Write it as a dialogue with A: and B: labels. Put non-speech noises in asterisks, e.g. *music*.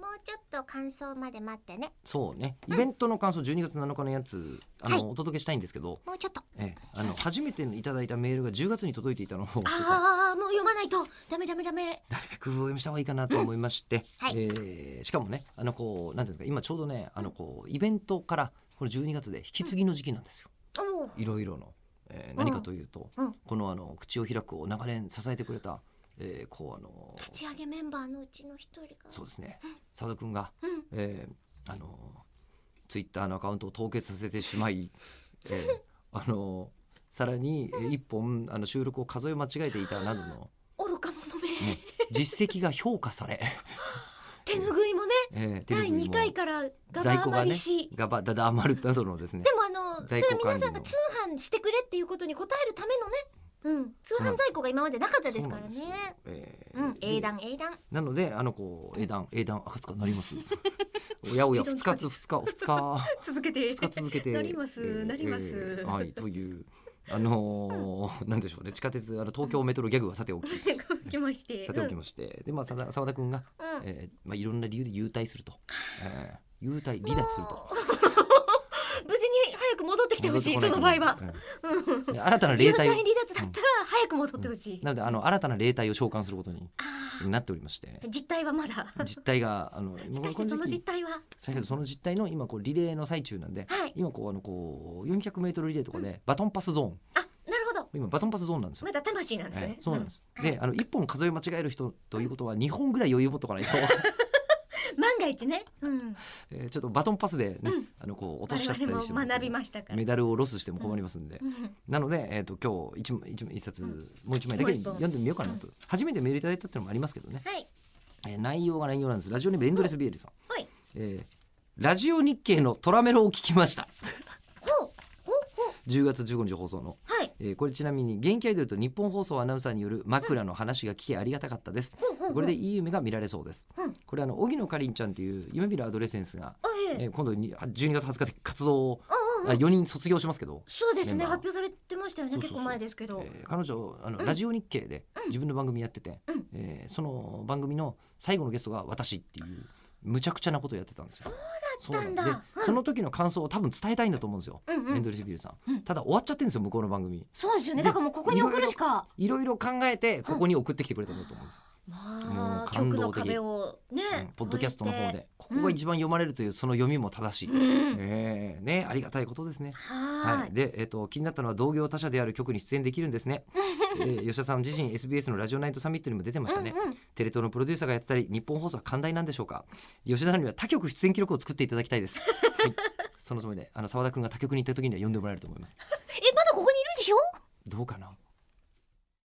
A: うちょっと感想まで待ってね
B: そうねイベントの感想12月7日のやつあの、
A: はい
B: お届けしたいんですけど、
A: もうちょっと
B: ええ、あの初めていただいたメールが10月に届いていたのをちょっと
A: ああもう読まないとダメダメダメ
B: なるべくお読みした方がいいかなと思いまして、
A: はい
B: えーしかもねあのこうなんていうんですか今ちょうどねあのこうイベントからこれ12月で引き継ぎの時期なんですよ、
A: あもう
B: いろいろの、えー何かというと、
A: うん
B: このあの口を開くを長年支えてくれた、えーこうあの
A: 立ち上げメンバーのうちの一人が
B: そうですね佐藤君が、
A: うん
B: えーあのツイッターのアカウントを凍結させてしまい、えーあのさらにえー一本あの収録を数え間違えていたなどの、
A: 愚か者め、
B: ね実績が評価され、
A: 手拭いもね
B: えーテレ
A: 第
B: ビに
A: 2
B: も
A: 回からガバ
B: 在庫が
A: 余
B: ね
A: りし、
B: ガバダダ余るなどのですね
A: でもあのそれ
B: 在庫
A: は皆
B: 管理の
A: さんが通販してくれっていうことに応えるためのねうん通販在庫が今までなかったですからね
B: そうなんですよえ
A: うん
B: ー
A: 英断英断
B: なのであのこう英断英断赤塚な
A: *laughs*
B: りますおやおや
A: 英断
B: 2日つ2日2日
A: 続けて
B: 2日続けて
A: なりますなります *laughs*
B: はいというあのーなんでしょうね地下鉄あの東京メトロギャグはさておき
A: きまして
B: さておきましてでまあさだ澤田君が、
A: うん
B: えーまあいろんな理由で優待すると、えー優待離脱すると
A: 無事に早く戻ってきてほしいそ
B: 戻っ
A: の
B: てこ
A: 場合
B: ないか
A: は
B: な、うんで新たな
A: 流
B: 霊
A: 体
B: 体を
A: 離脱だったら早く戻ってほしい、
B: なのであの新たな霊体を召喚することに
A: あ
B: なっておりまして
A: ー実態はまだ *laughs*
B: 実態があの
A: し
B: も
A: か
B: う
A: し
B: こ
A: てそ
B: の
A: の
B: 時
A: 実
B: 期
A: 態は
B: 先ほどその実態の今こうリレーの最中なんで、
A: はい
B: 今こうあのこう 400m リレーとかでバトンパスゾーン、
A: あなるほど
B: 今バトンパスゾーンなんですよ。
A: まだ魂なんですね、
B: ええそうなんです。
A: うん
B: で、あの一本数え間違える人ということは二本ぐらい余裕持っとかな
A: *laughs*
B: いと、
A: うん万が一ね、うん、
B: えーちょっとバトンパスでね、
A: うん
B: あのこう落としちゃっ
A: 我
B: たり
A: 々
B: して
A: も学び
B: も
A: ましたから
B: メダルをロスしても困りますんで。
A: うん
B: なので、えっ、と今日一枚一枚一冊、
A: うん
B: もう一枚だけ
A: もう一本
B: 読んでみようかなと、初めてメールいただいたっていうのもありますけどね。
A: はい
B: えー内容が内容なんです。ラジオネームエンドレスビエリさん。
A: はい
B: えーラジオ日経のトラメロを聞きました。
A: ほうほうほう
B: 10月15日放送の。
A: はい
B: えーこれちなみに現気アイドルと日本放送アナウンサーによる枕の話が聞きありがたかったです。
A: ほうほうほう
B: これでいい夢が見られそうです
A: うん。
B: これあの荻野かりんちゃんという夢見るアドレセンスが、
A: あええ
B: えー今度にあ12月20日で活動を
A: うんうんうん
B: あ4人卒業しますけど、
A: そうです
B: メン
A: ね
B: バー
A: 発表されてましたよね
B: そうそう
A: 結
B: そう
A: 構前ですけど、
B: えー彼女あの、ラジオ日経で自分の番組やってて、
A: うん
B: えーその番組の最後のゲストが私っていうむちゃくちゃなことをやってたんですよ。そう
A: だったんだ
B: うなんで
A: うん
B: その時の感想を多分伝えたいんだと思うんですよ、
A: うんうん
B: エンドレスビールさん、
A: うん
B: ただ終わっちゃってるんですよ向こうの番組
A: そうですよね
B: で
A: だからもうここに送るしか
B: いろいろ考えてここに送ってきてくれたんだと思うんです、
A: ま
B: もう
A: あ曲
B: 感
A: の
B: 動的
A: 壁をね、
B: うんポッドキャストの方
A: 越
B: でここが一番読まれるというその読みも正し
A: え
B: い、
A: て、うん、
B: えーねありがたいことですね
A: は
B: は
A: ーい
B: い、で、えっと気になったのは同業他社である局に出演できるんです
A: *laughs*
B: ね、えー吉田さん自身 SBS のラジオナイトサミットにも出てましたね、
A: うんうん
B: テレ東のプロデューサーがやってたり日本放送は寛大なんでしょうか吉田さんには他局出演記録を作っていただきたいです、はい、そのつもりであの澤田君が他局に行った時には呼んでもらえると思います
A: えまだここにいるんでしょ
B: どうかな